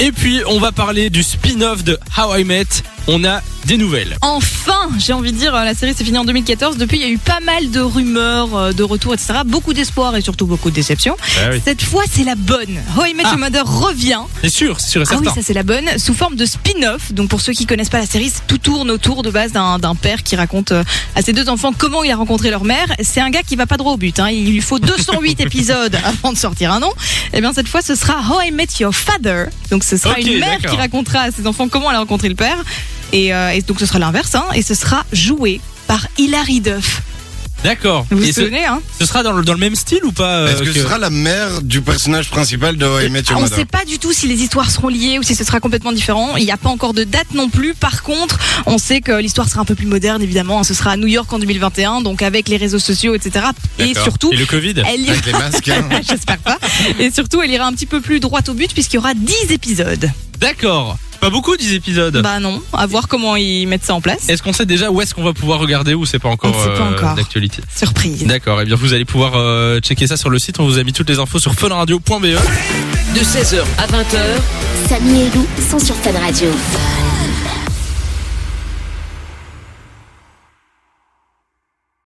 Et puis, on va parler du spin-off de How I Met. On a des nouvelles. Enfin, j'ai envie de dire, euh, la série s'est finie en 2014. Depuis, il y a eu pas mal de rumeurs, euh, de retours, etc. Beaucoup d'espoir et surtout beaucoup de déceptions. Ah oui. Cette fois, c'est la bonne. How I Met Ah. Your Mother revient. C'est sûr, c'est sûr et Ah oui, certain. ça c'est la bonne. Sous forme de spin-off. Donc pour ceux qui connaissent pas la série, tout tourne autour de base d'un d'un père qui raconte euh, à ses deux enfants comment il a rencontré leur mère. C'est un gars qui va pas droit au but. hein. Il lui faut 208 épisodes avant de sortir un nom. Et bien cette fois, ce sera How I Met Your Father. Donc ce sera Ok, une mère d'accord. qui racontera à ses enfants comment elle a rencontré le père. Et, euh, et donc ce sera l'inverse. hein. Et ce sera joué par Hilary Duff. D'accord. Vous vous Et ce, souvenez hein ce sera dans le, dans le même style ou pas euh, Est-ce que, que- ce sera la mère du personnage principal de How I Met Your Ah, on ne Mother sait pas du tout si les histoires seront liées ou si ce sera complètement différent. Il n'y a pas encore de date non plus. Par contre, on sait que l'histoire sera un peu plus moderne, évidemment. Ce sera à New York en 2021, donc avec les réseaux sociaux, etc. Et D'accord. surtout, Eh. Et le Covid elle ira... Avec les masques. hein. J'espère pas. Et surtout, elle ira un petit peu plus droit au but puisqu'il y aura 10 épisodes. D'accord. Pas beaucoup, 10 épisodes. Bah non, à voir comment ils mettent ça en place. Est-ce qu'on sait déjà où est-ce qu'on va pouvoir regarder ou c'est pas encore, On ne sait pas euh, encore. d'actualité Surprise. D'accord, et bien vous allez pouvoir euh, checker ça sur le site, on vous a mis toutes les infos sur E. funradio.be. De 16h à 20h, Samy et Lou sont sur Fan Radio.